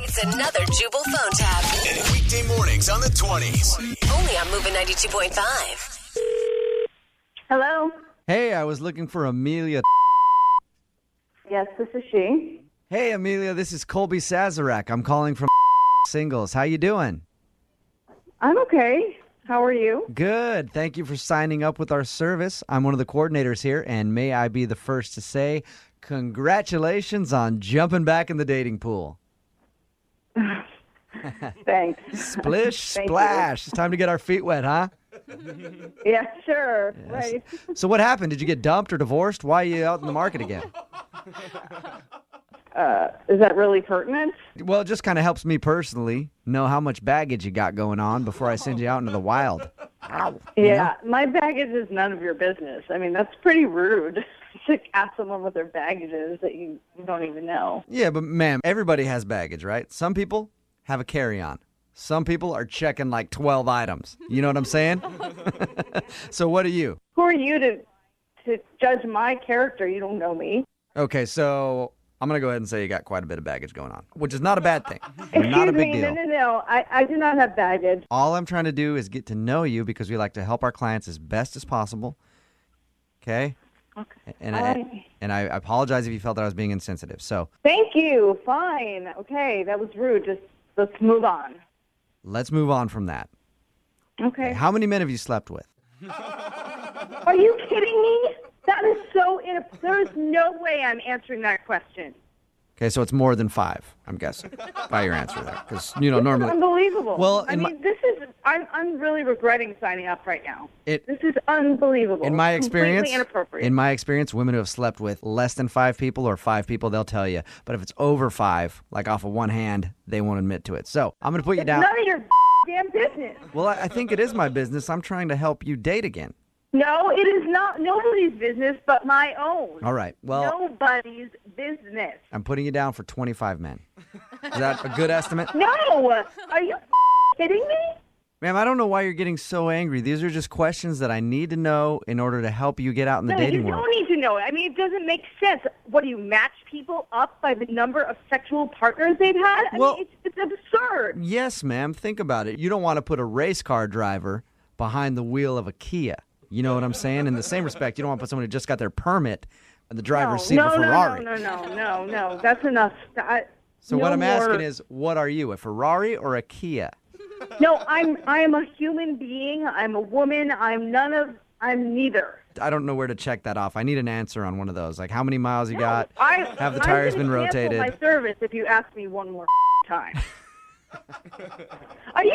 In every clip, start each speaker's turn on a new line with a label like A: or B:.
A: It's another Jubal phone tab.
B: Weekday mornings on the 20s.
A: Only on Moving 92.5.
C: Hello.
D: Hey, I was looking for Amelia.
C: Yes, this is she.
D: Hey, Amelia, this is Colby Sazerac. I'm calling from Singles. How you doing?
C: I'm okay. How are you?
D: Good. Thank you for signing up with our service. I'm one of the coordinators here, and may I be the first to say congratulations on jumping back in the dating pool.
C: Thanks.
D: Splish,
C: Thank you.
D: splash. It's time to get our feet wet, huh?
C: yeah, sure. Right.
D: So what happened? Did you get dumped or divorced? Why are you out in the market again?
C: Is that really pertinent?
D: Well, it just kind of helps me personally know how much baggage you got going on before I send you out into the wild.
C: Yeah. My baggage is none of your business. I mean, that's pretty rude to ask someone what their baggage is that you don't even know.
D: Yeah, but ma'am, everybody has baggage, right? Some people have a carry on. Some people are checking like 12 items. You know what I'm saying? so, what are you?
C: Who are you to to judge my character? You don't know me.
D: Okay, so I'm going to go ahead and say you got quite a bit of baggage going on, which is not a bad thing.
C: Excuse
D: not a big
C: me.
D: deal.
C: No, no, no. I, I do not have baggage.
D: All I'm trying to do is get to know you because we like to help our clients as best as possible. Okay? Okay. And I,
C: I-
D: and I apologize if you felt that I was being insensitive. So,
C: Thank you. Fine. Okay. That was rude. Just let's move on.
D: let's move on from that.
C: Okay.
D: How many men have you slept with?
C: Are you kidding me? That is so inap There is no way I'm answering that question.
D: Okay, so it's more than five, I'm guessing, by your answer there. Because, you know, normally.
C: Unbelievable.
D: Well,
C: I
D: in my-
C: mean, this is. I'm, I'm really regretting signing up right now.
D: It-
C: this is unbelievable.
D: In my
C: It's
D: experience,
C: completely inappropriate.
D: in my experience, women who have slept with less than five people or five people, they'll tell you. But if it's over five, like off of one hand, they won't admit to it. So I'm going to put you down.
C: None of your damn business.
D: Well, I I think it is my business. I'm trying to help you date again.
C: No, it is not nobody's business but my own.
D: All right. Well,
C: Nobody's business.
D: I'm putting you down for 25 men. Is that a good estimate?
C: No, are you kidding me?
D: Ma'am, I don't know why you're getting so angry. These are just questions that I need to know in order to help you get out in the
C: No, you
D: dating world.
C: don't need to know it. I mean, it doesn't make sense. What do you match people up by the number of sexual partners they've had? I
D: Well-
C: mean, it's, it's absurd.
D: Yes, ma'am. Think about it. You don't want to put a race car driver behind the wheel of a Kia. You know what I'm saying? In the same respect, you don't want to put someone who just got their permit in the driver's seat
C: no,
D: of a
C: no,
D: Ferrari.
C: no, no, no, no, no. That's enough. I,
D: So
C: no
D: what I'm asking
C: more-
D: is, what are you, a Ferrari or a Kia?
C: no, I'm I am a human being. I'm a woman. I'm none of. I'm neither.
D: I don't know where to check that off. I need an answer on one of those. Like how many miles you got?
C: I
D: Have the
C: I'm
D: tires
C: gonna
D: been
C: cancel
D: rotated?
C: My service, if you ask me one more time. Are you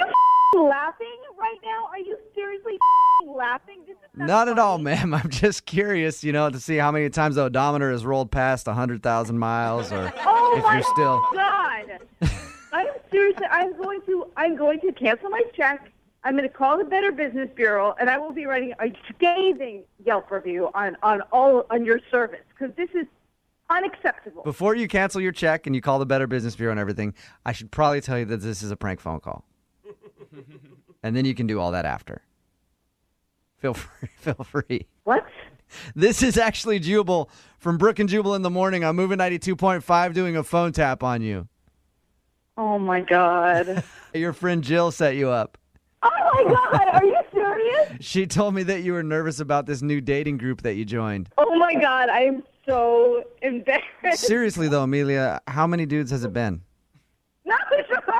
C: laughing right now? Are you seriously laughing? This is
D: Not at all,
C: funny.
D: ma'am. I'm just curious, you know, to see how many times the odometer has rolled past 100,000 miles or
C: Oh
D: if
C: my
D: you're still
C: God! I'm seriously. I'm going to. I'm going to cancel my check. I'm going to call the Better Business Bureau, and I will be writing a scathing Yelp review on on all on your service because this is unacceptable.
D: Before you cancel your check and you call the Better Business Bureau and everything, I should probably tell you that this is a prank phone call. and then you can do all that after. Feel free. Feel free.
C: what?
D: This is actually Jubal from Brook and Jubal in the morning. I'm moving 92.5 doing a phone tap on you.
C: Oh my God!
D: Your friend Jill set you up.
C: oh my God! Are you serious?
D: She told me that you were nervous about this new dating group that you joined.
C: Oh my God! I am so embarrassed.
D: Seriously though, Amelia, how many dudes has it been?
C: Knock it